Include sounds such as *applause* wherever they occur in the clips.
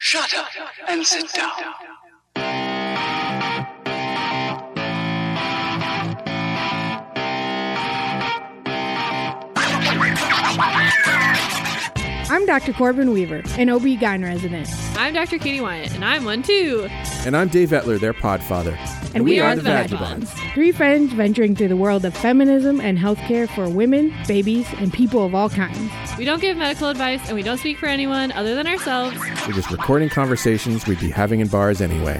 Shut up and sit down. I'm Dr. Corbin Weaver, an OB-GYN resident. I'm Dr. Katie Wyatt, and I'm one too. And I'm Dave Etler, their podfather. And, we, are, the Vagabonds. Vagabonds. Three friends venturing through the world of feminism and healthcare for women, babies, and people of all kinds. We don't give medical advice, and we don't speak for anyone other than ourselves. We're just recording conversations we'd be having in bars anyway.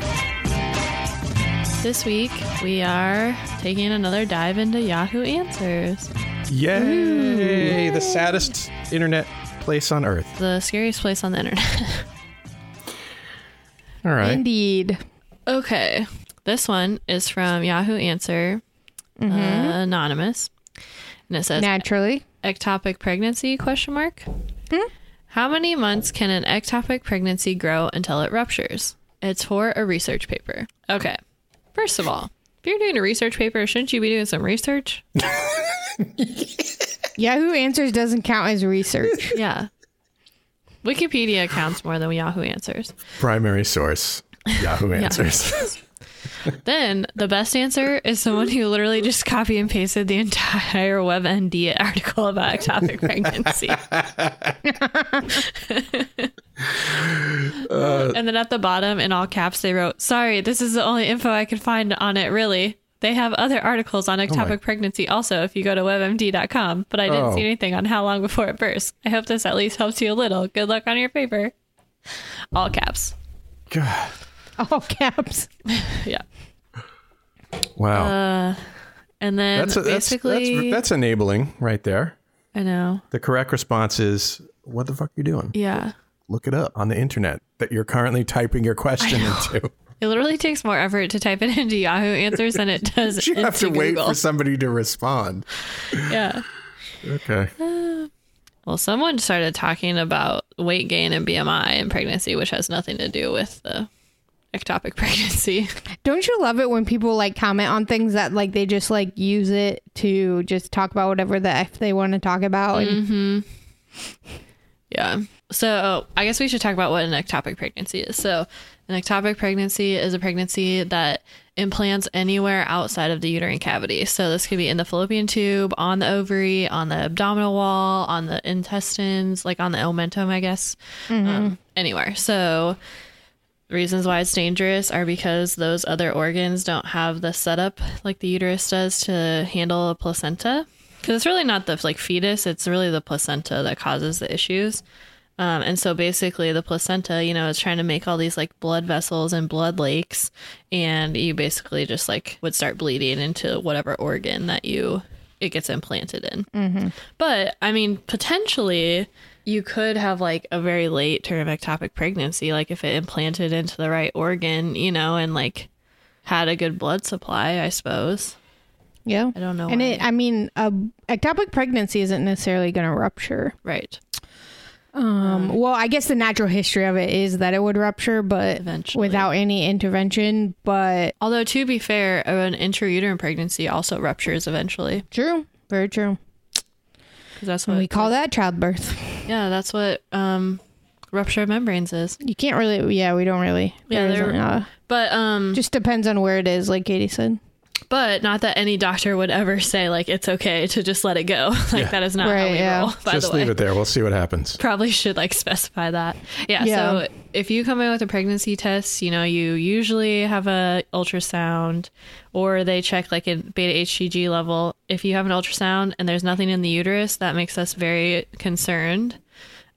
This week, we are taking another dive into Yahoo Answers, Yay! The saddest internet place on earth. the scariest place on the internet. All right. Indeed. okay, this one is from Yahoo Answer, uh, anonymous, and it says Naturally. ectopic pregnancy question mark how many months can an ectopic pregnancy grow until it ruptures it's for a research paper okay first of all if you're doing a research paper shouldn't you be doing some research Yahoo Answers doesn't count *laughs* as research. yeah wikipedia counts more than yahoo answers Primary source *laughs* Yahoo Answers. *laughs* then the best answer is someone who literally just copy and pasted the entire webmd article about *laughs* ectopic pregnancy Uh, and then at the bottom in all caps they wrote sorry this is the only info i could find on it really they have other articles Oh on ectopic pregnancy also if you go to webmd.com but i didn't Oh. see anything on how long before it bursts i hope this at least helps you a little good luck on your paper all caps God. All caps. yeah Wow. Uh, and then that's, a, that's, basically that's that's enabling right there. I know. The correct response is what the fuck are you doing? Yeah. Look it up on the internet that you're currently typing your question *laughs* into. It literally takes more effort to type it into Yahoo Answers than *laughs* it does You have into to wait Google. for somebody to respond. yeah. Okay. Well, someone started talking about weight gain and BMI and pregnancy, which has nothing to do with the ectopic pregnancy. Don't you love it when people like comment on things that like they just like use it to just talk about whatever the F they want to talk about? And Mm-hmm. Yeah. So I guess we should talk about what an ectopic pregnancy is. So, an ectopic pregnancy is a pregnancy that implants anywhere outside of the uterine cavity. So, this could be in the fallopian tube, on the ovary, on the abdominal wall, on the intestines, like on the omentum, I guess, um, anywhere. So, reasons why it's dangerous are because those other organs don't have the setup like the uterus does to handle a placenta because it's really not the like fetus it's really the placenta that causes the issues um, and so basically the placenta you know is trying to make all these like blood vessels and blood lakes and you basically just like would start bleeding into whatever organ that you it gets implanted in but I mean, potentially, you could have like a very late term ectopic pregnancy, like if it implanted into the right organ, you know, and like had a good blood supply, I suppose. yeah. I don't know. And why. it, I mean, a ectopic pregnancy isn't necessarily going to rupture. right. Um, well, I guess the natural history of it is that it would rupture, but Eventually. without any intervention. But Although, to be fair, an intrauterine pregnancy also ruptures eventually. true, very true. 'cause that's what And we call that childbirth. *laughs* Yeah, that's what um, rupture of membranes is. You can't really, yeah, we don't really. Yeah, there they're- isn't, uh, But um, just depends on where it is, like Katie said. but not that any doctor would ever say like it's okay to just let it go. *laughs* like that is not how Right, we yeah. roll. By Just the way. leave it there. We'll see what *laughs* happens. probably should like specify that. Yeah, Yeah. So if you come in with a pregnancy test, you know you usually have a ultrasound, or they check like a beta HCG level. If you have an ultrasound and there's nothing in the uterus, that makes us very concerned,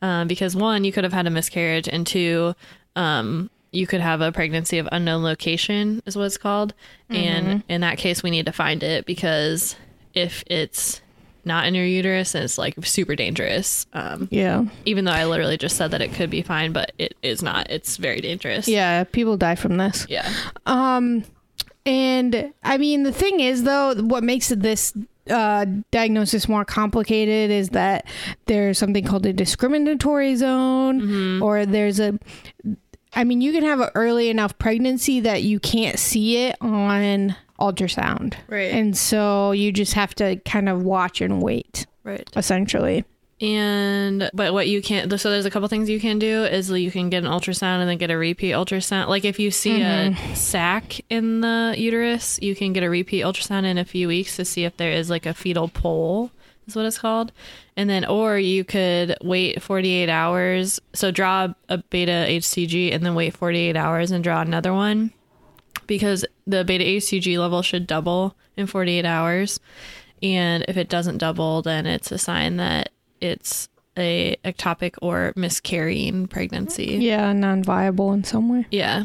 um, because one, you could have had a miscarriage, and two, um, you could have a pregnancy of unknown location, is what it's called. And in that case, we need to find it because if it's not in your uterus, and it's like super dangerous. Um, Yeah, even though I literally just said that it could be fine, but it is not. It's very dangerous. yeah, people die from this. Yeah. Um, And I mean, the thing is, though, what makes this uh, diagnosis more complicated is that there's something called a discriminatory zone, or there's a. I mean, you can have an early enough pregnancy that you can't see it on ultrasound. Right. And so you just have to kind of watch and wait, Right. essentially. and but what you can so there's a couple things you can do is you can get an ultrasound and then get a repeat ultrasound like if you see a sac in the uterus you can get a repeat ultrasound in a few weeks to see if there is like a fetal pole is what it's called and then or you could wait 48 hours so draw a beta hcg and then wait 48 hours and draw another one because the beta hcg level should double in 48 hours and if it doesn't double then it's a sign that it's a ectopic or miscarrying pregnancy Yeah, non-viable in some way. yeah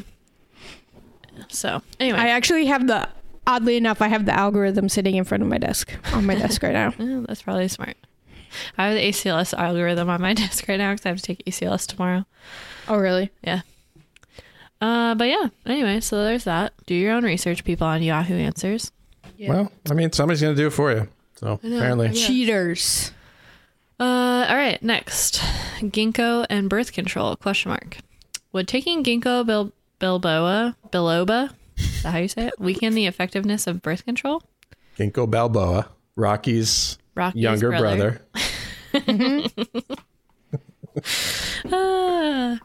so anyway I actually have the oddly enough, I have the algorithm sitting in front of my desk on my desk right now. Oh, that's probably smart i have the acls algorithm on my *laughs* desk right now because i have to take acls tomorrow *laughs* Oh, really? yeah uh but yeah anyway so there's that do your own research people on yahoo answers Well, I mean, somebody's going to do it for you. So apparently, Cheaters. Uh, all right, next, ginkgo and birth control? Question mark. Would taking ginkgo bil- bilboa biloba, is that how you say it, weaken the effectiveness of birth control? Ginkgo Balboa, Rocky's, Rocky's younger brother, Ah,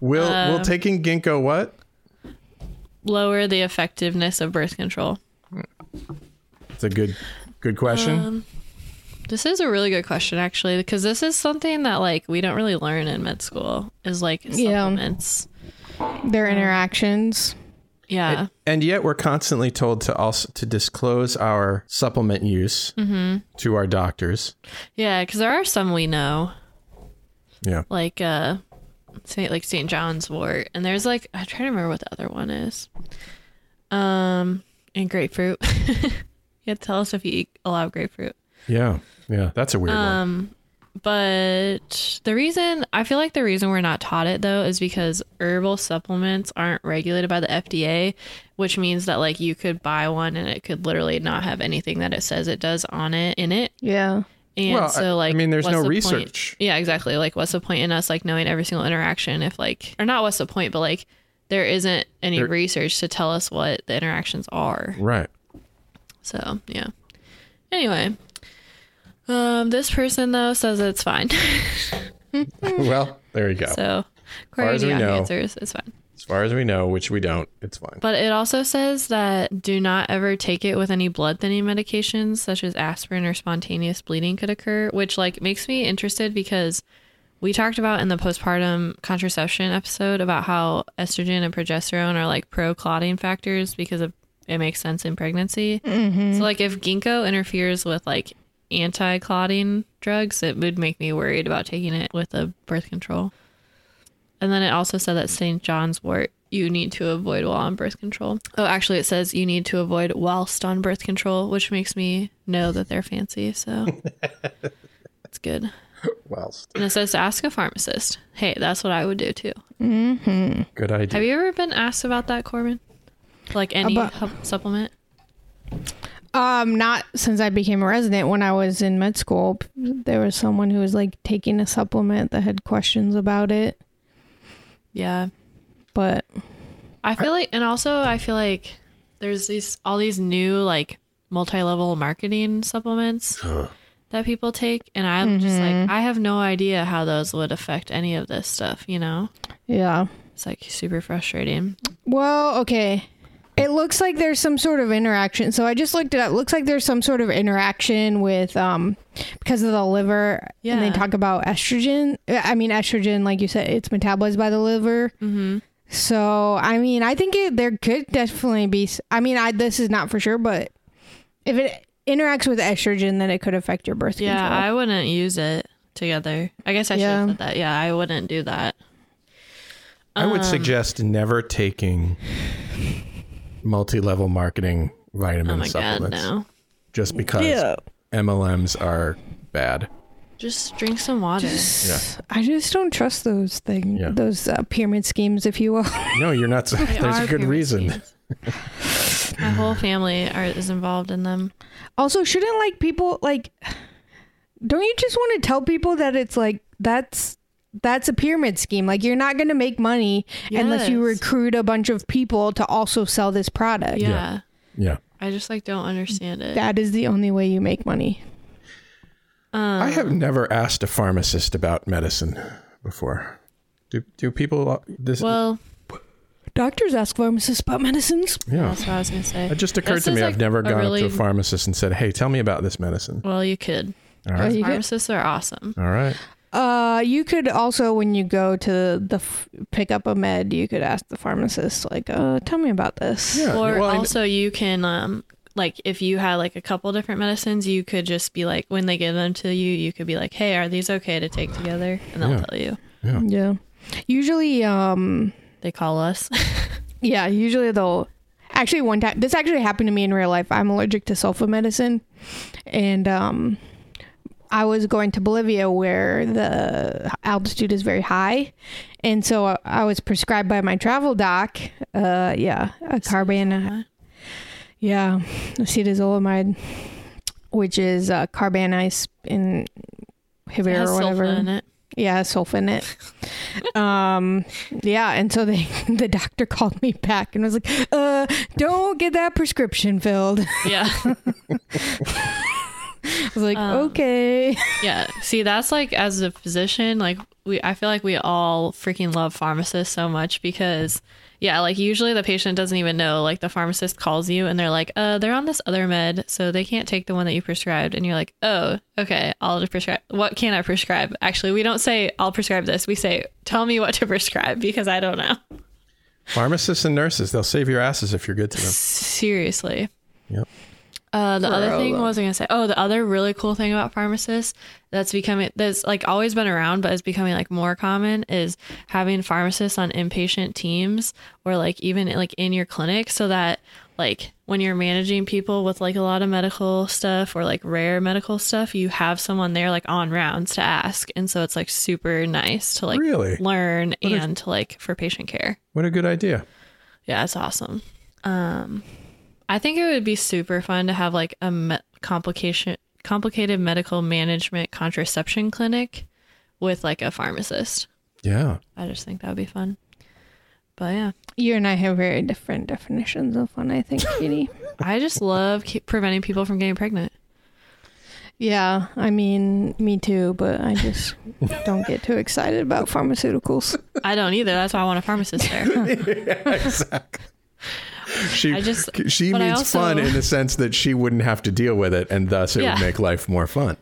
will Um, will taking ginkgo what? lower the effectiveness of birth control. It's a good good question. Um, This is a really good question, actually, because this is something that like we don't really learn in med school. Is like Yeah. supplements. Their interactions. Yeah. and yet we're constantly told to also to disclose our supplement use Mm-hmm. to our doctors. Yeah, because there are some we know. Yeah. Like uh, Saint like Saint John's Wort, and there's like I try to remember what the other one is. Um, and grapefruit. *laughs* yeah, tell us if you eat a lot of grapefruit. Yeah. Yeah, that's a weird Um, one. But the reason I feel like the reason we're not taught it though is because herbal supplements aren't regulated by the FDA, which means that like you could buy one and it could literally not have anything that it says it does on it in it. Yeah. And Well, I- I so like mean, there's what's no the point? research. Yeah, exactly. Like what's the point in us like knowing every single interaction if like or not what's the point, but like there isn't any research to tell us what the interactions are. *laughs* Right. So yeah. Anyway. Um this person though says it's fine. *laughs* well, there you go. so far Corey as we Dion know. answers, it's fine. as far as we know, which we don't, it's fine. But it also says that do not ever take it with any blood thinning medications, such as aspirin or spontaneous bleeding could occur, which like makes me interested because we talked about in the postpartum contraception episode about how estrogen and progesterone are like pro clotting factors because of it makes sense in pregnancy. So like if ginkgo interferes with like anti clotting drugs, it would make me worried about taking it with a birth control. And then it also said that St. John's wort you need to avoid while on birth control. Oh, actually, it says you need to avoid whilst on birth control, which makes me know that they're fancy. So it's good. Well, And it says to ask a pharmacist. Hey, that's what I would do too. good Have idea. you ever been asked about that, Corbin? Like any About- hu- supplement? Um, not since I became a resident. When I was in med school, p- there was someone who was like taking a supplement that had questions about it. Yeah. But I feel like, and also I feel like there's these all these new like multi-level marketing supplements that people take, and I'm just Mm-hmm. like, I have no idea how those would affect any of this stuff. You know, yeah. it's like super frustrating. Well, okay. It looks like there's some sort of interaction. So I just looked it up. Looks like there's some sort of interaction with um because of the liver. And Yeah. they talk about estrogen. I mean estrogen, like you said, it's metabolized by the liver. Mm-hmm. So I mean, I think it, there could definitely be. s- I mean, I this is not for sure, but if it interacts with estrogen, then it could affect your birth Yeah, control. I wouldn't use it together. I guess I Yeah. should have said that. Yeah, I wouldn't do that. I Um, would suggest never taking multi-level marketing vitamin Oh my god, supplements no. just because MLMs are bad. Just drink some water. I just don't trust those things, Yeah. those uh, pyramid schemes, if you will. *laughs* No, you're not. *laughs* there's are a good pyramid reason. schemes. My whole family are, is involved in them. Also, shouldn't like people like don't you just want to tell people that it's like that's that's a pyramid scheme. Like you're not going to make money unless you Yes. recruit a bunch of people to also sell this product. Yeah. Yeah. I just like don't understand it. That is the only way you make money. I have Um, never asked a pharmacist about medicine before. Do do people uh, this Well, Doctors ask pharmacists about medicines. yeah. that's what I was gonna say. It just occurred This to me is, I've like, never a gone really- up to a pharmacist and said, "Hey, tell me about this medicine." Well, you could. All right. You could- Pharmacists are awesome. All right. Uh, you could also, when you go to the f- pick up a med, you could ask the pharmacist, like, uh, tell me about this. Yeah. Or well, I- also, you can um like if you had like a couple different medicines, you could just be like when they give them to you, you could be like, hey, are these okay to take together? And they'll Yeah. tell you. Yeah. Usually, um, They call us. *laughs* yeah, usually they'll. Actually, one time, this actually happened to me in real life. I'm allergic to sulfa medicine. And, um, I was going to Bolivia where the altitude is very high. And so I, I was prescribed by my travel doc, uh, yeah, a carbon. Yeah, acetazolamide, which is uh, carbanice in It Hivir has or sulfa whatever. in it. Yeah, sulfa in it. um, yeah, and so they *laughs* the doctor called me back and was like, "Uh, don't get that prescription filled." *laughs* I Yeah. was like, Oh. "Okay." *laughs* Yeah. See, that's like as a physician, like we I feel like we all freaking love pharmacists so much because yeah, like usually the patient doesn't even know. Like the pharmacist calls you and they're like, uh, they're on this other med, so they can't take the one that you prescribed. And you're like, oh, okay, I'll just prescribe. What can I prescribe? Actually, we don't say I'll prescribe this. We say, tell me what to prescribe because I don't know. Pharmacists and nurses, they'll save your asses if you're good to them. Seriously. Yep. Uh, the other thing what was I gonna say? Oh, the other really cool thing about pharmacists that's becoming that's like always been around, but is becoming like more common is having pharmacists on inpatient teams or like even like in your clinic, so that like when you're managing people with like a lot of medical stuff or like rare medical stuff, you have someone there like on rounds to ask, and so it's like super nice to like Really? learn and to like for patient care. What a good idea. Yeah, it's awesome. Um, I think it would be super fun to have like a me- complication complicated medical management contraception clinic with like a pharmacist. Yeah. I just think that would be fun. But yeah, You and I have very different definitions of fun, I think, *laughs* Katie. I just love keep preventing people from getting pregnant. yeah, I mean, me too, but I just don't get too excited about pharmaceuticals. *laughs* I don't either. That's why I want a pharmacist *laughs* there. *laughs* She I just- she but I means also- fun in the sense that she wouldn't have to deal with it and thus it Yeah. would make life more fun.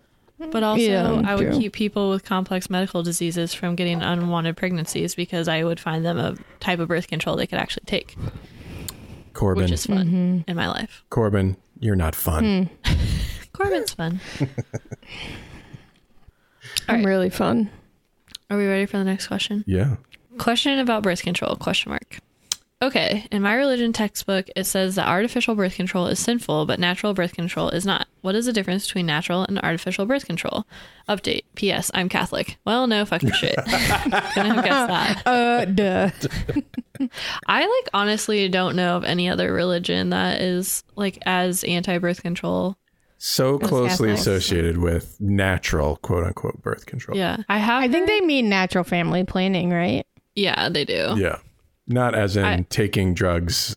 But also, Yeah, I would true. keep people with complex medical diseases from getting unwanted pregnancies because I would find them a type of birth control they could actually take, Corbin. which is fun in my life. Corbin, you're not fun. Corbin's fun. I'm Alright. really fun. Are we ready for the next question? Yeah. Question about birth control? Question mark. Okay, in my religion textbook, it says that artificial birth control is sinful, but natural birth control is not. What is the difference between natural and artificial birth control? Update. P.S. I'm Catholic. Well, no fucking shit. *laughs* Couldn't have guessed that. Uh, duh. I like honestly don't know of any other religion that is like as anti-birth control. So closely Catholics. associated with natural quote unquote birth control. Yeah, *laughs* I have. I think they mean natural family planning, right? Yeah, they do. Yeah. Not as in I- taking drugs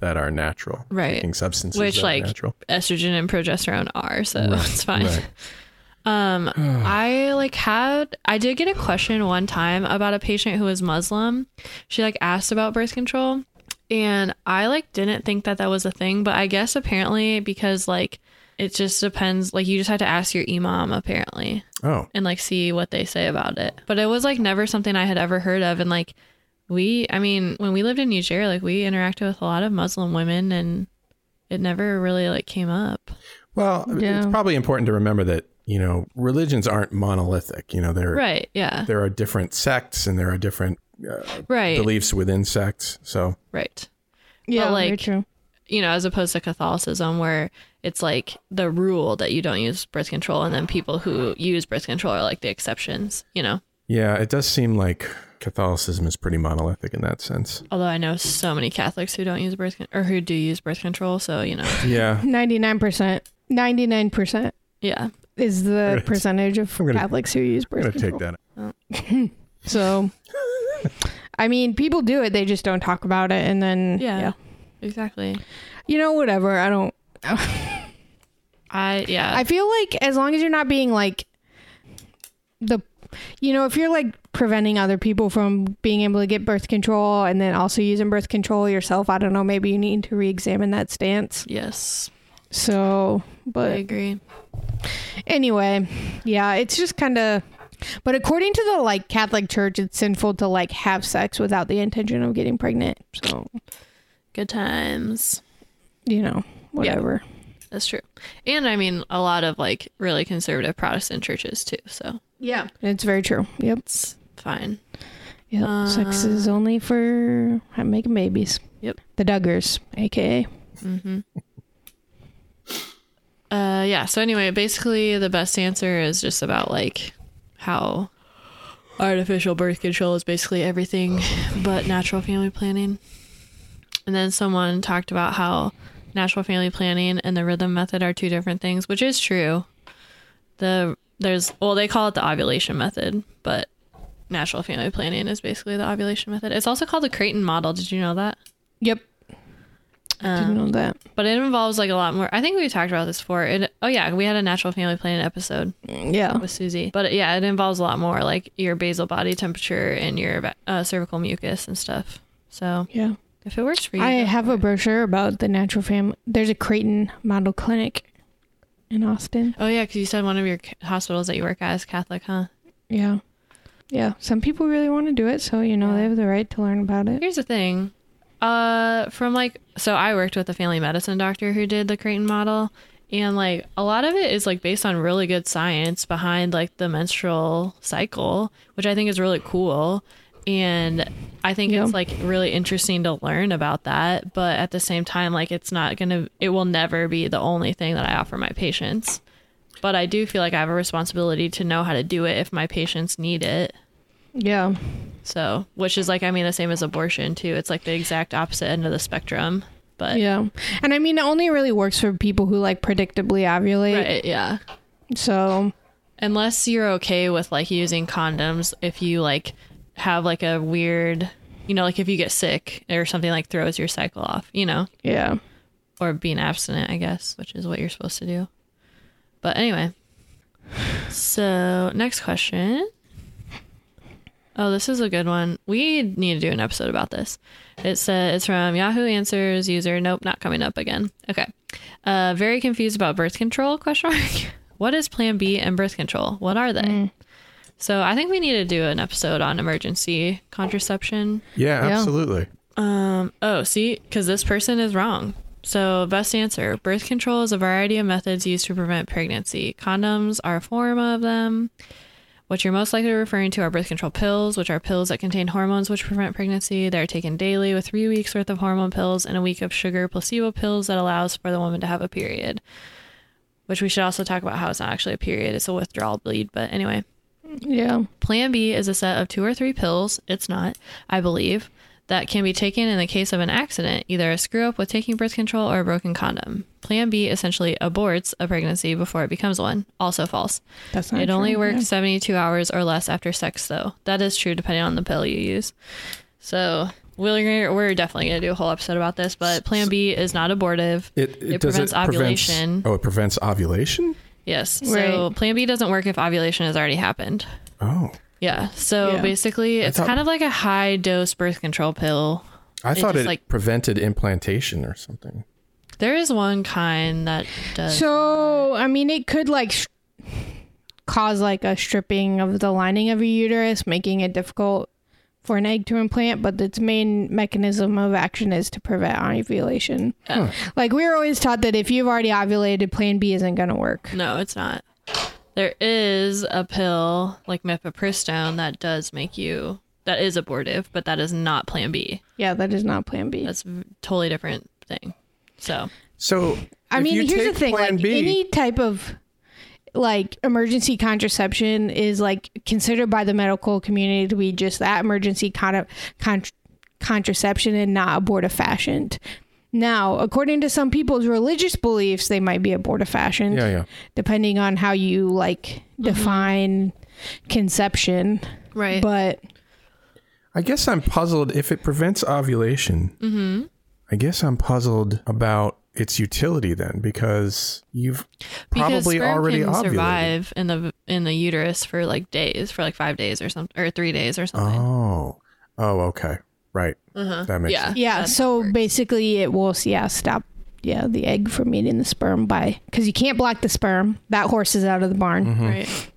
that are natural. Right. Taking substances Which that like are natural. estrogen and progesterone are, so it's fine. *laughs* Um, Right. *sighs* I like had I did get a question one time about a patient who was Muslim. She like asked about birth control and I like didn't think that that was a thing, but I guess apparently because like it just depends like you just had to ask your imam apparently Oh. and like see what they say about it. But it was like never something I had ever heard of and like we I mean when we lived in Niger like we interacted with a lot of Muslim women and it never really like came up. Well, it's probably important to remember that, you know, religions aren't monolithic. You know, they're Right, yeah. there are different sects and there are different uh, Right. beliefs within sects. So right. Yeah, like- very true. you know, as opposed to Catholicism, where it's like the rule that you don't use birth control, and then people who use birth control are like the exceptions, you know. yeah, it does seem like Catholicism is pretty monolithic in that sense. Although I know so many Catholics who don't use birth con- or who do use birth control, so you know, *laughs* Yeah. 99%. 99% yeah, is the Right. percentage of gonna- Catholics who use birth I'm gonna take control. that. So, I mean, people do it. They just don't talk about it. And then, yeah, yeah. exactly. You know, whatever. I don't. *laughs* I yeah, I feel like as long as you're not being like the you know if you're like preventing other people from being able to get birth control and then also using birth control yourself i don't know maybe you need to re-examine that stance Yes, so I but agree. anyway yeah it's just kind of but according to the like catholic church it's sinful to like have sex without the intention of getting pregnant so Good times. you know whatever That's true. And I mean, a lot of like really conservative Protestant churches too. So yeah it's very true yep it's fine. Yep. Sex is only for making babies. Uh, Yep. The Duggars, aka. Uh, yeah. So anyway, basically, the best answer is just about like how artificial birth control is basically everything but natural family planning. And then someone talked about how natural family planning and the rhythm method are two different things, which is true. The there's well, they call it the ovulation method, but natural family planning is basically the ovulation method. It's also called the Creighton model. Did you know that? Yep. I didn't know Uh, that. But it involves like a lot more. I think we talked about this before. It, oh yeah, we had a natural family planning episode Yeah. with Susie. But yeah, it involves a lot more like your basal body temperature and your va- uh, cervical mucus and stuff. So Yeah. if it works for you, I go have for a it. brochure about the natural family. There's a Creighton Model Clinic in Austin. Oh yeah, because you said one of your c- hospitals that you work at is Catholic, huh? Yeah. Yeah. Some people really want to do it, so you know they have the right to learn about it. Here's the thing. Uh, from like, so I worked with a family medicine doctor who did the Creighton model, and like a lot of it is like based on really good science behind like the menstrual cycle, which I think is really cool. And I think Yeah. it's like really interesting to learn about that. But at the same time, like it's not gonna, it will never be the only thing that I offer my patients. But I do feel like I have a responsibility to know how to do it if my patients need it. Yeah. So, which is like, I mean, the same as abortion too. It's like the exact opposite end of the spectrum. But Yeah. And I mean, it only really works for people who like predictably ovulate. right, yeah. So, Unless you're okay with like using condoms, if you like have like a weird, you know, like if you get sick or something like throws your cycle off, you know, yeah. or being abstinent, I guess, which is what you're supposed to do. But anyway, so next question. Oh, this is a good one. We need to do an episode about this. It says it's from Yahoo Answers user. Nope, not coming up again. Okay. Uh, very confused about birth control? Question mark. *laughs* What is Plan B and birth control? What are they? So I think we need to do an episode on emergency contraception. Yeah, Yeah. absolutely. Oh, see, because this person is wrong. So, best answer birth control is a variety of methods used to prevent pregnancy. Condoms are a form of them. What you're most likely referring to are birth control pills, which are pills that contain hormones which prevent pregnancy. They are taken daily with three weeks worth of hormone pills and a week of sugar placebo pills that allows for the woman to have a period. Which we should also talk about how it's not actually a period, it's a withdrawal bleed. But anyway, Yeah. Plan B is a set of two or three pills, it's not, I believe, that can be taken in the case of an accident, either a screw up with taking birth control or a broken condom. Plan B essentially aborts a pregnancy before it becomes one. Also false. That's not it only true. works 72 hours or less after sex, though. That is true depending on the pill you use. So. We're, we're definitely going to do a whole episode about this, but Plan B is not abortive. It, it, does prevents it prevents- ovulation. oh, it prevents ovulation. Yes. So Right. Plan B doesn't work if ovulation has already happened. Oh, Yeah. So Yeah. basically, it's thought- kind of like a high dose birth control pill. I thought just, it like- prevented implantation or something. There is one kind that does. So, I mean, it could like sh- cause like a stripping of the lining of your uterus, making it difficult for an egg to implant, but its main mechanism of action is to prevent ovulation. Like, we were always taught that if you've already ovulated, plan B isn't going to work. no, it's not. There is a pill like mifepristone that does make you that is abortive, but that is not Plan B. Yeah, that is not plan B. That's a totally different thing. So So I if mean, you here's the take thing Plan like, B, any type of like emergency contraception is like considered by the medical community to be just that emergency kind of con- contraception and not abortifacient. Now, according to some people's religious beliefs, they might be abortifacient, yeah, yeah. depending on how you like define conception. right, But I guess I'm puzzled if it prevents ovulation. Mm-hmm. I guess I'm puzzled about its utility then because you've because probably sperm already can ovulated. survive in the in the uterus for like days, for like five days or something, or three days or something. Oh. Oh, okay. Right. That makes yeah, Yeah. that's- so basically, it will yeah stop yeah the egg from eating the sperm by because you can't block the sperm. That horse is out of the barn. Mm-hmm. Mm. right.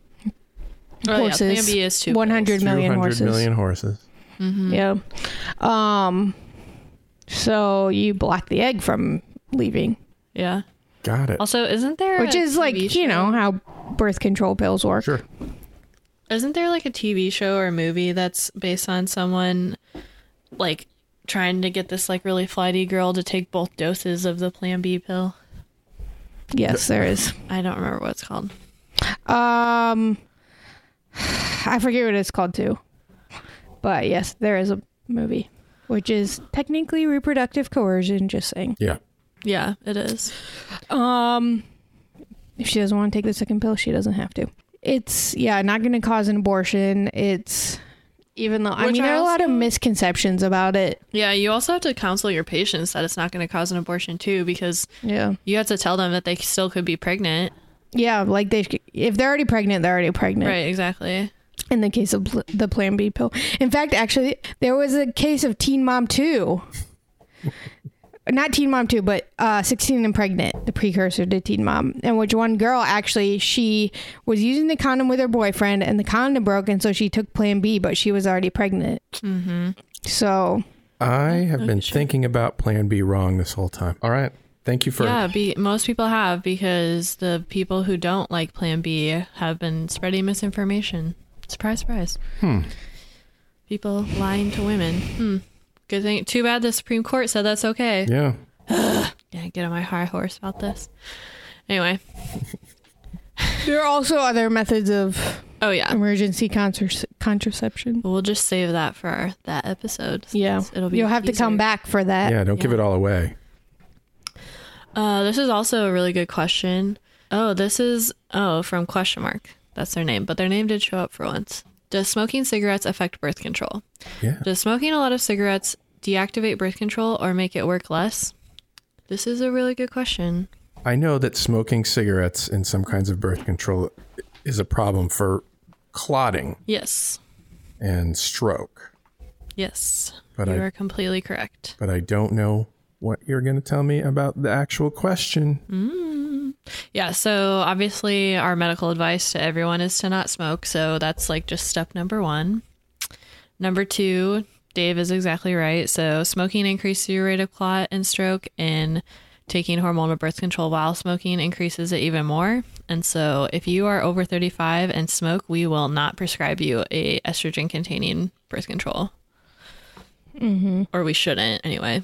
Oh, Yeah, Horses, Plan B is two. Mm-hmm. One hundred Two million hundred horses. million horses. Yeah. Um. So you block the egg from leaving, Yeah. Got it. Also, isn't there which a is like TV you know how birth control pills work. Sure. Isn't there like a TV show or movie that's based on someone like trying to get this like really flighty girl to take both doses of the Plan B pill? Yes, there is. I don't remember what it's called. Um, I forget what it's called too, but yes, there is a movie, which is technically reproductive coercion. Just saying. Yeah. Yeah, it is. Um, if she doesn't want to take the second pill, she doesn't have to. It's yeah, not going to cause an abortion. It's even though I Which mean I there are a lot of also- misconceptions about it. Yeah, you also have to counsel your patients that it's not going to cause an abortion too because Yeah, you have to tell them that they still could be pregnant. yeah, like they if they're already pregnant, they're already pregnant. Right, exactly. In the case of pl- the Plan B pill, in fact, actually, there was a case of Teen Mom Two. *laughs* Not Teen Mom 2, but uh, 16 and Pregnant, the precursor to Teen Mom. In which one girl actually, she was using the condom with her boyfriend and the condom broke, and so she took Plan B, but she was already pregnant. Mm-hmm. So, I have been thinking about Plan B wrong this whole time. All right. Thank you for yeah, be, most people have because the people who don't like Plan B have been spreading misinformation. Surprise, surprise. Hmm. People lying to women. Hmm. Good thing. Too bad the Supreme Court said that's okay. Yeah. Yeah, get on my high horse about this. Anyway, there are also other methods of oh yeah, emergency contrac- contraception. we'll just save that for our, that episode. Yeah. since it'll be. You'll have to come easier. back for that. Yeah, don't give Yeah. it all away. Uh, this is also a really good question. Oh, this is oh from question mark. That's their name, but their name did show up for once. Does smoking cigarettes affect birth control? Yeah. Does smoking a lot of cigarettes deactivate birth control or make it work less? This is a really good question. I know that smoking cigarettes and some kinds of birth control is a problem for clotting Yes. and stroke, Yes. But you I- are completely correct. but I don't know what you're going to tell me about the actual question. Yeah, so obviously our medical advice to everyone is to not smoke, so that's like just step number 1. Number 2, Dave is exactly right. So smoking increases your rate of clot and stroke and taking hormonal birth control while smoking increases it even more. And so if you are over 35 and smoke, we will not prescribe you a estrogen containing birth control. Mhm. Or we shouldn't anyway.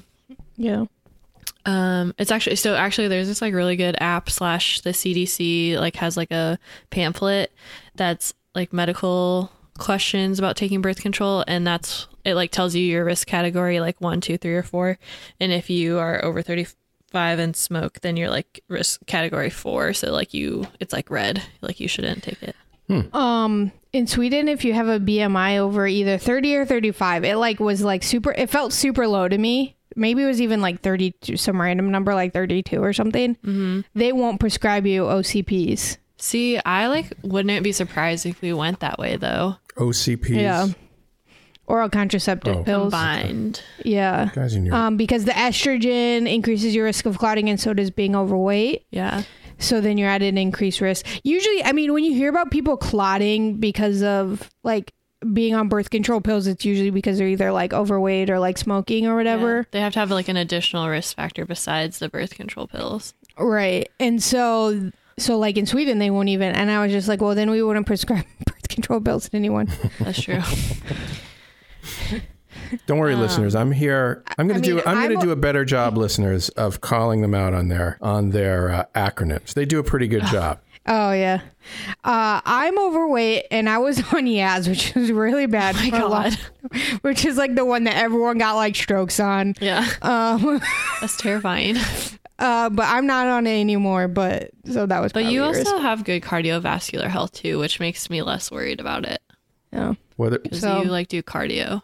Yeah. Um, it's actually so actually there's this like really good app slash the CDC like has like a pamphlet that's like medical questions about taking birth control and that's it like tells you your risk category like one, two, three, or four. And if you are over thirty five and smoke, then you're like risk category four. So like you it's like red. Like you shouldn't take it. um in Sweden if you have a BMI over either 30 or 35 it like was like super it felt super low to me maybe it was even like 32 some random number like 32 or something they won't prescribe you OCPs See, I like wouldn't be surprised if we went that way though. OCPs. Yeah. oral contraceptive Oh. pills Combined. yeah Guys, in your um because the estrogen increases your risk of clotting and so does being overweight Yeah. so then you're at an increased risk. Usually, I mean, when you hear about people clotting because of like being on birth control pills, it's usually because they're either like overweight or like smoking or whatever. They have to have like an additional risk factor besides the birth control pills. Right. And so, so like in Sweden, they won't even. And I was just like, well, then we wouldn't prescribe *laughs* birth control pills to anyone. *laughs* *laughs* That's true. Don't worry, listeners. I'm here. I'm going Um, I to do. mean, I'm going I'm- to do a better *laughs* job, listeners, of calling them out on their on their uh, acronyms. They do a pretty good job. oh, yeah. Uh, I'm overweight and I was *laughs* on Yaz, which is really bad. Oh for a lot- *laughs* which is like the one that everyone got like strokes on. Yeah. Um, *laughs* That's terrifying. uh, but I'm not on it anymore. But so that was. But probably you a risk. also have good cardiovascular health too, which makes me less worried about it. Yeah. Whether Because So- you like do cardio.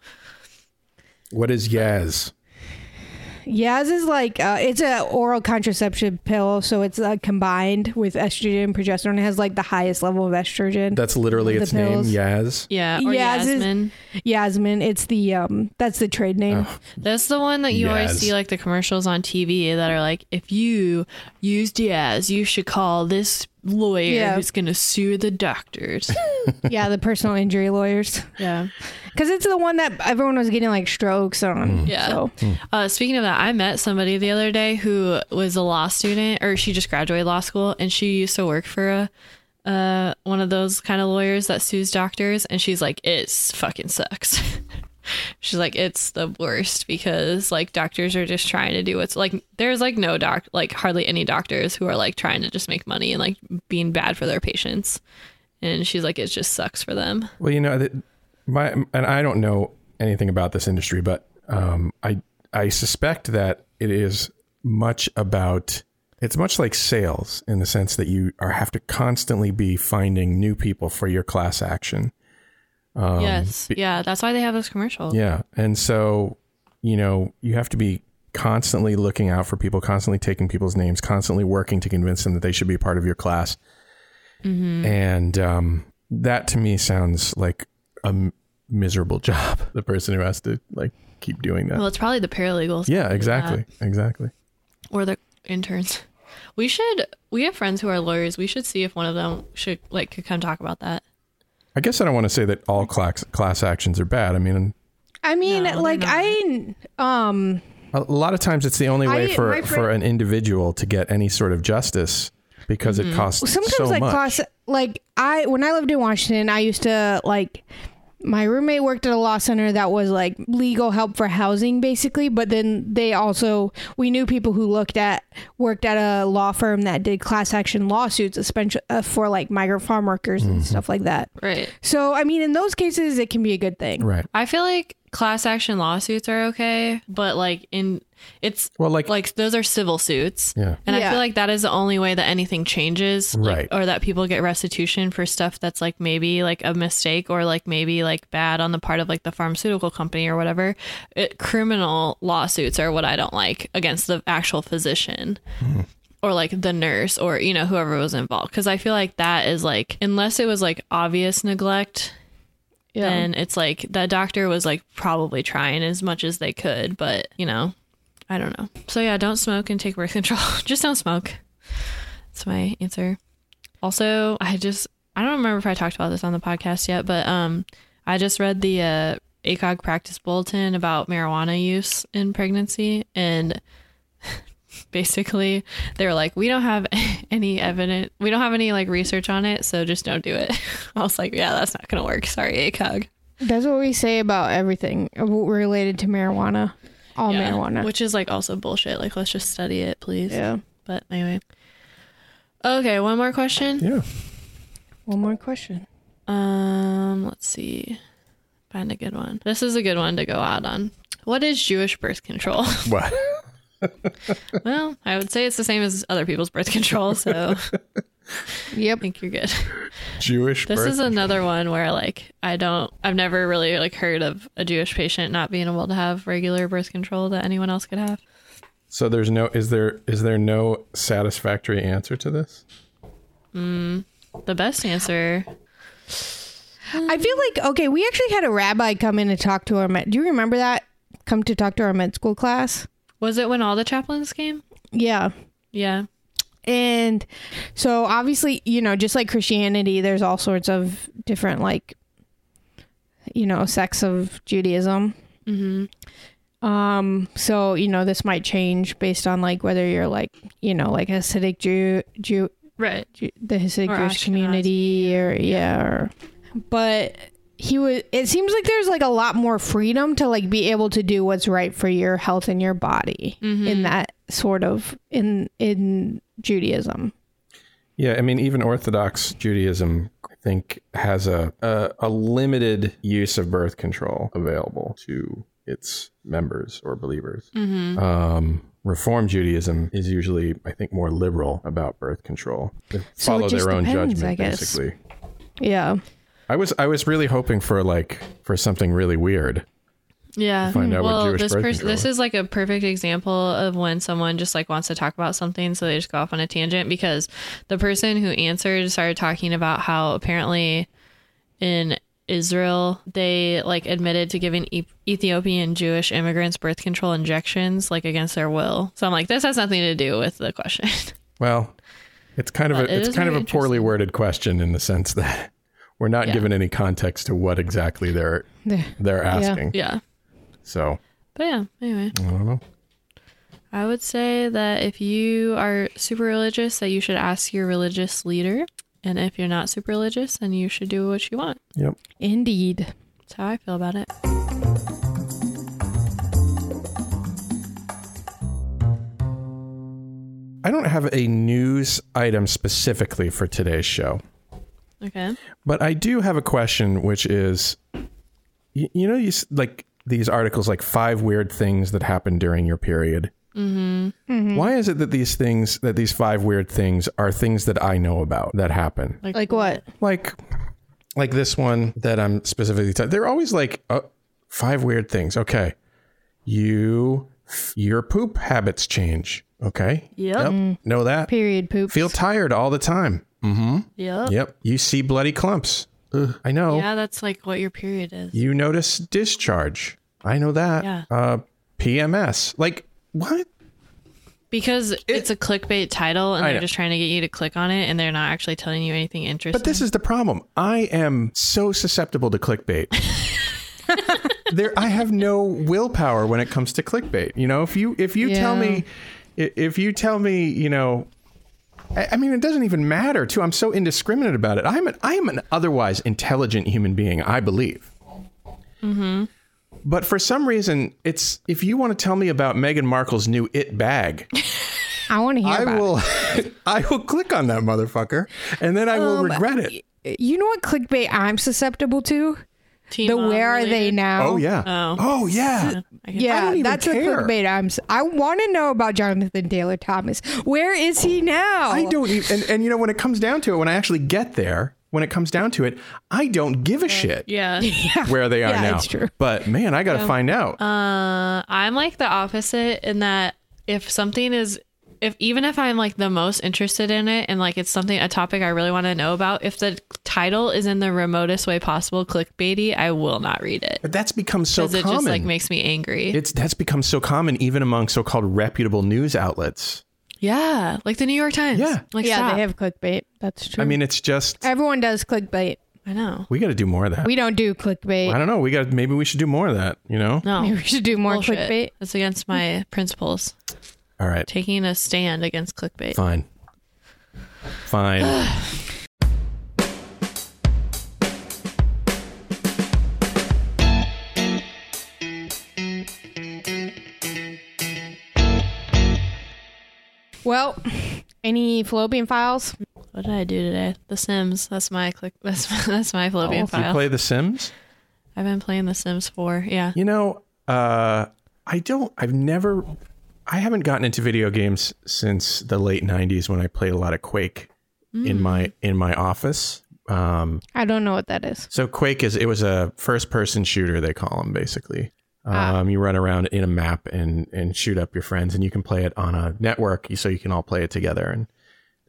what is Yaz? Yaz is like uh, it's a oral contraception pill, so it's uh, combined with estrogen and progesterone. It has like the highest level of estrogen. That's literally The its pills. name, Yaz. Yeah, or Yaz is- Yasmin. Yasmin, it's the um, that's the trade name. That's the one that you Yaz. always see like the commercials on TV that are like, if you use Yaz, you should call this lawyer Yeah. who's gonna sue *laughs* the doctors. *laughs* Yeah, the personal injury lawyers, yeah. because it's the one that everyone was getting like strokes on. Yeah. So, Uh, speaking of that, I met somebody the other day who was a law student, or she just graduated law school, and she used to work for a uh, one of those kind of lawyers that sues doctors, and she's like, "It's fucking sucks." *laughs* she's like, "It's the worst because like doctors are just trying to do what's like there's like no doc like hardly any doctors who are like trying to just make money and like being bad for their patients." And she's like, "It just sucks for them." Well, you know, th- my and I don't know anything about this industry, but um, I I suspect that it is much about it's much like sales in the sense that you are have to constantly be finding new people for your class action. yes, yeah, that's why they have this commercial. Um, Yeah. And so, you know, you have to be constantly looking out for people, constantly taking people's names, constantly working to convince them that they should be a part of your class. Mm-hmm. And um, that to me sounds like a m- miserable *laughs* job. The person who has to like keep doing that. Well, it's probably the paralegals. yeah, exactly. Exactly. or the interns. *laughs* We should. We have friends who are lawyers. We should see if one of them should like could come talk about that. I guess I don't want to say that all class class actions are bad. I mean, I mean, No, they're like not. I um, a lot of times it's the only way I- for my friend- for an individual to get any sort of justice because it costs Mm-hmm. sometimes so like much. class like i when i lived in washington i used to like my roommate worked at a law center that was like legal help for housing basically but then they also we knew people who looked at worked at a law firm that did class action lawsuits especially uh, for like migrant farm workers Mm-hmm. and stuff like that Right. so i mean in those cases it can be a good thing right. I feel like class action lawsuits are okay, but like in it's Well, like like those are civil suits. Yeah. And I Yeah. feel like that is the only way that anything changes, like- Right. Or that people get restitution for stuff that's like maybe like a mistake or like maybe like bad on the part of like the pharmaceutical company or whatever. It, criminal lawsuits are what I don't like against the actual physician Hmm. or like the nurse or you know whoever was involved because I feel like that is like unless it was like obvious neglect. Then it's like the doctor was like probably trying as much as they could, but you know, I don't know. So yeah, don't smoke and take birth control. *laughs* just don't smoke. That's my answer. Also, I just I don't remember if I talked about this on the podcast yet, but um I just read the uh ACOG practice bulletin about marijuana use in pregnancy and *laughs* basically they were like we don't have *laughs* any evidence we don't have any like research on it so just don't do it *laughs* i was like yeah that's not gonna work sorry acog that's what we say about everything uh, related to marijuana all Yeah. marijuana which is like also bullshit like let's just study it please yeah but anyway okay one more question yeah. one more question Um, let's see. Find a good one. This is a good one to go out on. What is Jewish birth control? *laughs* *laughs* What? well, I would say it's the same as other people's birth control, so I yep think you're good. Jewish This birth? is another one where like I don't I've never really like heard of a Jewish patient not being able to have regular birth control that anyone else could have. so there's no is there is there no satisfactory answer to this? The best answer I feel like okay, we actually had a rabbi come in and talk to our med. Do you remember that? Come to talk to our med school class. was it when all the chaplains came? Yeah. Yeah. And so obviously, you know, just like Christianity, there's all sorts of different like you know, sects of Judaism. Mhm. Um so, you know, this might change based on like whether you're like, you know, like Hasidic Jew Jew Right. Ju- the Hasidic Or Jewish Ashkenazi, community, or yeah, or, but he was. It seems like there's like a lot more freedom to like be able to do what's right for your health and your body in that sort of in in Judaism. Yeah, I mean even Orthodox Judaism I think has a a, a limited use of birth control available to its members or believers. Mm-hmm. Um Reform Judaism is usually, I think, more liberal about birth control. They So it follow just their own depends, judgment, I guess. basically. Yeah, I was I was really hoping for like for something really weird. Yeah. find out what well, Jewish this birth pers- control this is. is like a perfect example of when someone just like wants to talk about something, so they just go off on a tangent because the person who answered started talking about how apparently in Israel they like admitted to giving e- Ethiopian Jewish immigrants birth control injections like against their will. So I'm like, this has nothing to do with the question. *laughs* Well, it's kind of But a it it's is kind of very a poorly worded question in the sense that *laughs* we're not Yeah. given any context to what exactly they're they're asking. yeah. So But yeah, anyway. I don't know. I would say that if you are super religious, that you should ask your religious leader. And if you're not super religious, then you should do what you want. Yep. Indeed. That's how I feel about it. I don't have a news item specifically for today's show, Okay. but I do have a question, which is, you, you know, you s- like these articles like five weird things that happen during your period. Mm-hmm. Why is it that these things that these five weird things are things that I know about that happen? Like what? like like this one that I'm specifically t- they're always like uh, five weird things. Okay. You your poop habits change, okay? Yep. Mm. Know that. Period poop. Feel tired all the time. Mm-hmm. Yep. Yep. You see bloody clumps. Ugh, I know. Yeah, that's like what your period is. You notice discharge. I know that. Yeah. Uh PMS. Like what? Because it's a clickbait title and I they're know. just trying to get you to click on it and they're not actually telling you anything interesting. But this is the problem. I am so susceptible to clickbait. there, I have no willpower when it comes to clickbait. You know, if you if you tell Yeah. me, i- if you tell me, you know, I, I mean, it doesn't even matter. Too, I'm so indiscriminate about it. I'm an I am an otherwise intelligent human being. I believe. But for some reason, it's if you want to tell me about Meghan Markle's new it bag, I want to hear I about will, *laughs* I will click on that motherfucker, and then I will regret it. it. You know what clickbait I'm susceptible to? Teen The mom where are they related. now? Oh yeah. Oh. yeah. Yeah, don't even that's care. a clickbait. I'm. s- I want to know about Jonathan Taylor Thomas. Where is he now? Oh. I don't even and, and you know when it comes down to it when I actually get there, when it comes down to it, I don't give a shit Yeah. *laughs* *laughs* where they are Yeah, now. it's true. But man, I got to find out. Uh, I'm like the opposite in that if something is, if even if I'm like the most interested in it and like it's something, a topic I really want to know about, if the title is in the remotest way possible, clickbaity, I will not read it but that's become so because common. it just like makes me angry. it's that's become so common even among so-called reputable news outlets. yeah. Like the New York Times. Yeah. Like, yeah, yeah, they have clickbait. That's true. I mean, it's just everyone does clickbait. I know. we got to do more of that. We don't do *laughs* I clickbait. don't know. We got maybe we should do more of that, you know? No. Maybe we should do *laughs* more Bullshit. clickbait. That's against my principles. All right. Taking a stand against clickbait. Fine. *sighs* Fine. Well, *laughs* any fallopian files? What did I do today? The Sims. That's my click. *laughs* That's my, that's my fallopian Oh, you file. play The Sims? I've been playing The Sims 4. Yeah. You know, uh, I don't. I've never. I haven't gotten into video games since the late '90s when I played a lot of Quake in my in my office. Um, I don't know what that is. so Quake is it was a first person shooter they call them basically. Um, You run around in a map and and shoot up your friends, and you can play it on a network, so you can all play it together and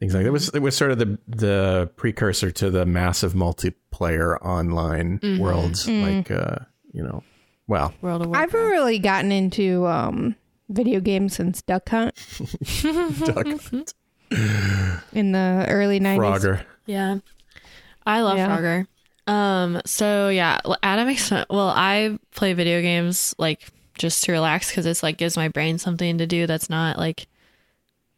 things like that. It was it was sort of the the precursor to the massive multiplayer online worlds, like uh, you know, well, World of I've Warcraft. really gotten into um, video games since Duck Hunt Duck in the early nineties. Frogger. Yeah. I love Yeah. Frogger. Um, so yeah, l- Adam Ex- well, I play video games like just to relax because it's like gives my brain something to do that's not like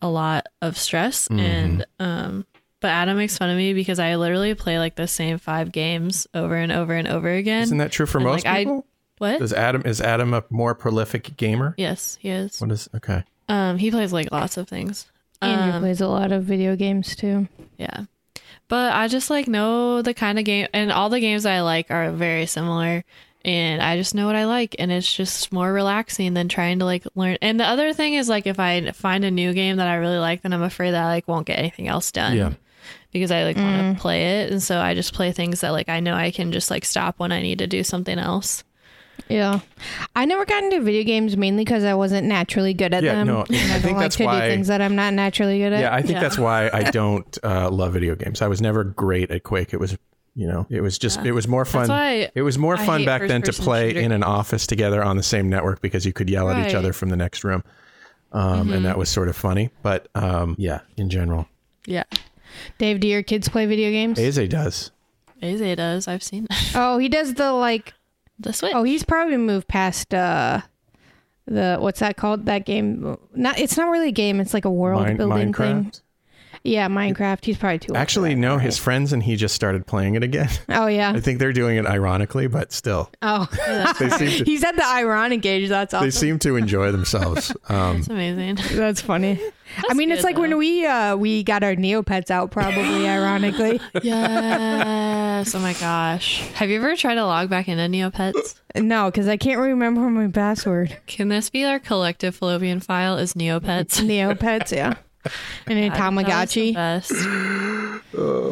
a lot of stress. Mm-hmm. And um but Adam makes fun of me because I literally play like the same five games over and over and over again. Isn't that true for And, most like, I- people? what? Does Adam is Adam a more prolific gamer? yes, he is. What is okay? Um he plays like lots of things. Um, Andrew plays a lot of video games too. Yeah. But I just like know the kind of game and all the games I like are very similar and I just know what I like and it's just more relaxing than trying to like learn. And the other thing is like if I find a new game that I really like then I'm afraid that I like won't get anything else done. Yeah. Because I like want to play it and so I just play things that like I know I can just like stop when I need to do something else. Yeah, I never got into video games mainly because I wasn't naturally good at Yeah, them. no, and I, I don't like think that's to why- do things that I'm not naturally good at. Yeah, I think Yeah. that's why *laughs* I don't uh, love video games. I was never great at Quake. It was, you know, it was just it was more fun. why It was more I fun hate back then to first-person play shooter in an office together on the same network because you could yell at each Right. Mm-hmm. other from the next room, um, and that was sort of funny. But um, yeah, in general, Yeah. Dave, do your kids play video games? Aze does. Aze does. I've seen *laughs* that. Oh, he does the like. the Switch. Oh, he's probably moved past uh, the what's that called? That game? Not. It's not really a game. It's like a world Min- building Minecraft. thing. Yeah, Minecraft. He's probably too. old for Actually, no, his friends and he just started playing it again. *laughs* that. Oh yeah. I think they're doing it ironically, but still, Oh, *laughs* they seem *laughs* to, he's at the ironic age. That's they awesome. seem to enjoy themselves. Um, It's amazing. That's *laughs* funny. I mean, it's good, like when though. we uh we got our Neopets out. *laughs* Probably ironically. yes. Oh my gosh. Have you ever tried to log back into Neopets? No, because I can't remember my password. Can this be our collective fallopian file? Is Neopets? Neopets, yeah. And a Tamagotchi. *laughs* That *gasps* was the best.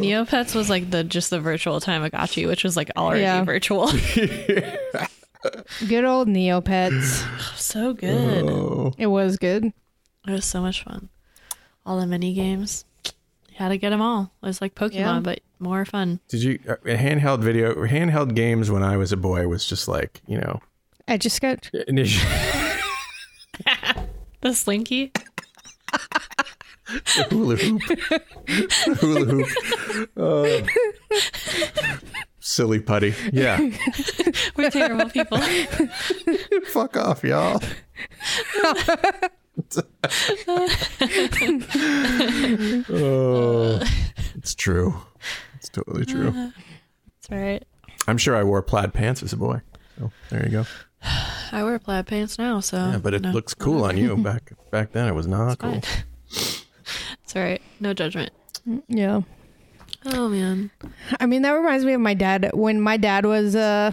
Neopets was like the just the virtual Tamagotchi, which was like already Yeah. virtual. *laughs* Good old Neopets. so good. Uh. It was good. It was so much fun. All the mini games. You had to get them all. It was like Pokemon, Yeah. but more fun. did you uh, handheld video handheld games when I was a boy was just like you know I just got initial. The Slinky. *laughs* *laughs* hula hoop. *laughs* hula hoop. Oh. silly putty. Yeah. We're terrible people. *laughs* Fuck off, *laughs* y'all. oh, it's true. It's totally true. That's right. I'm sure I wore plaid pants as a boy. So there you go. I wear plaid pants now, so Yeah, but it no, looks cool *laughs* on you. Back back then, it was not cool. *laughs* fine. It's all right. No judgment. *laughs* yeah. Oh man. I mean that reminds me of my dad. When my dad was uh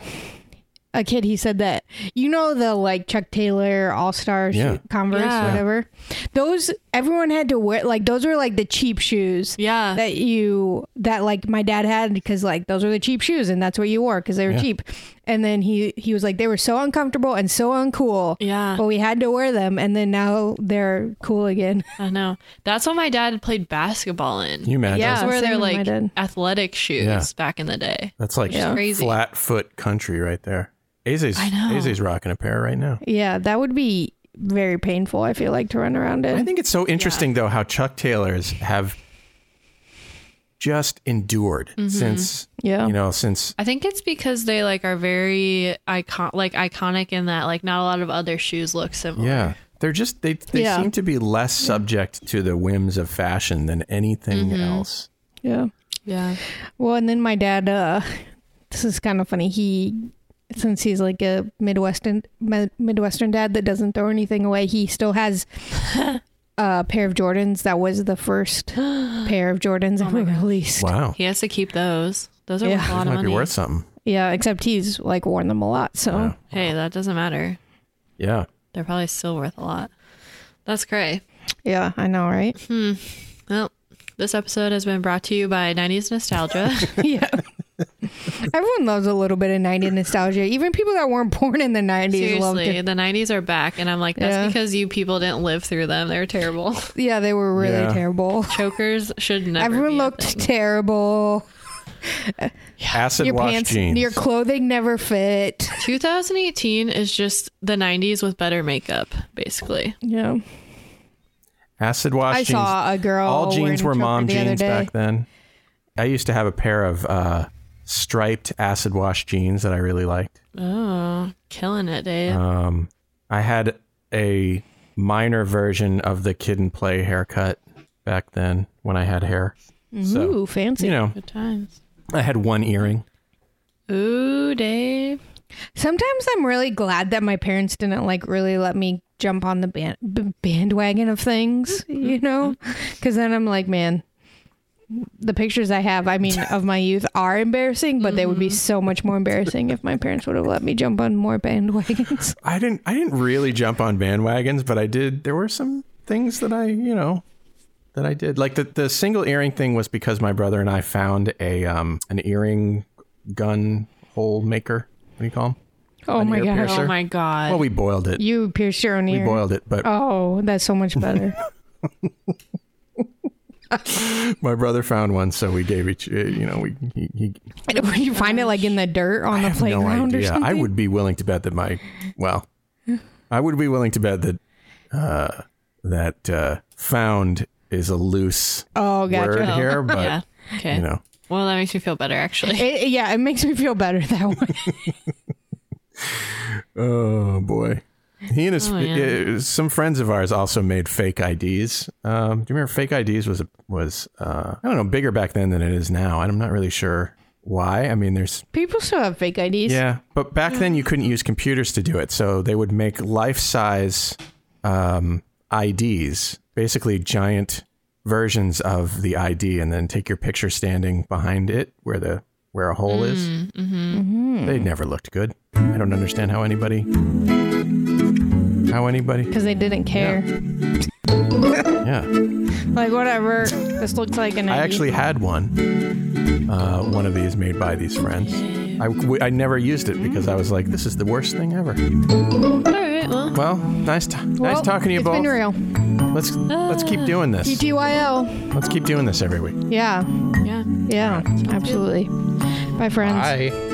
a kid, he said that you know the like Chuck Taylor All Star Yeah. Converse, Yeah. whatever. Those everyone had to wear. Like those were like the cheap shoes. Yeah. that you that like my dad had because like those were the cheap shoes and that's what you wore because they were Yeah. cheap and then he he was like they were so uncomfortable and so uncool Yeah. but we had to wear them and then now they're cool again *laughs* I know. That's what my dad played basketball in. Can you imagine? That's Yeah. where Oh, same they're with my like dad. athletic shoes Yeah. back in the day. That's like Yeah. Crazy. flat foot country right there. Aze's, I know. Aze's rocking a pair right now. yeah that would be very painful i feel like to run around I it think it's so interesting though how Chuck Taylors have just endured Mm-hmm. since Yeah. you know since I think it's because they like are very icon like iconic in that like not a lot of other shoes look similar. yeah they're just they they Yeah. seem to be less subject to the whims of fashion than anything Mm-hmm. else. yeah Yeah. well and then my dad uh *laughs* this is kind of funny he since he's like a midwestern mi- midwestern dad that doesn't throw anything away he still *laughs* has a pair of jordans that was the *gasps* first pair of jordans Oh ever released Wow, He has to keep those. Those are Yeah. worth a lot might of money. be worth something. Yeah, except he's like worn them a lot. So Wow. hey, that doesn't matter. Yeah, They're probably still worth a lot. That's great. yeah, I know, *laughs* right? *laughs* Well, this episode has been brought to you by *laughs* 90s Nostalgia. yeah. Everyone loves a little bit of 90s nostalgia. Even people that weren't born in the 90s loved Seriously, it. the 90s are back, and I'm like, that's Yeah. because you people didn't live through them. They were terrible. *laughs* Yeah, they were really Yeah. terrible. Chokers should never. Everyone be a looked thing. terrible. acid Your wash pants, jeans. your clothing never fit. 2018 is just the 90s with better makeup, basically. Yeah. acid wash I jeans. saw a girl. All jeans Oh, wearing were choker mom the other jeans day. back then. I used to have a pair of uh, striped acid wash jeans that I really liked. Oh, killing it, Dave. Um, I had a minor version of the kid and play haircut back then when I had hair. So, Ooh, fancy. you know, Good times. I had one earring. Ooh, Dave. Sometimes I'm really glad that my parents didn't like really let me jump on the band- b- bandwagon of things, you Mm-hmm. know? Because then I'm like, man, the pictures I have, I *laughs* mean, of my youth are embarrassing, but they would be Mm-hmm. so much more embarrassing if my parents would have let me jump on more bandwagons. *laughs* I didn't I didn't really jump on bandwagons, but I did there were some things that I, you know, that I did. Like the, the single earring thing was because my brother and I found a um an earring gun hole maker. What do you call them? Oh an my ear God. piercer. Oh my god. Well, we boiled it. You pierced your own we ear. boiled it, but Oh, that's so much better. my brother found one, so we gave each. uh, You know, we. He, he, Would you find it like in the dirt on the I have no playground or idea. something? I would be willing to bet that my. Well, I would be willing to bet that uh, that uh, found is a loose Oh, gotcha. word *laughs* Oh. here, but yeah. Okay. you know, Well, that makes me feel better *laughs* actually. It, it- yeah, it makes me feel better *laughs* that way. oh boy. He and his Oh, yeah. uh, some friends of ours also made fake IDs. Um, do you remember fake IDs was a- was uh, I don't know bigger back then than it is now. I'm not really sure why. I mean, there's People still have fake IDs. Yeah, but back then you Mm. couldn't use computers to do it, so they would make life-size um, IDs, basically giant versions of the ID, and then take your picture standing behind it where the where a hole is. Mm, mm-hmm. They never looked good. I don't understand how anybody, how anybody, Because they didn't care. yeah. Like, whatever. This looks like an I ID. actually had one, uh, one of these made by these friends. I, w- I never used it because I was like, this is the worst thing ever. All right. Well, Well, nice, t- nice Well, talking to you it's both. been real. Let's let's keep doing this. TTYL. Let's keep doing this every week. Yeah. yeah. Yeah. Absolutely. Bye, friends. Bye.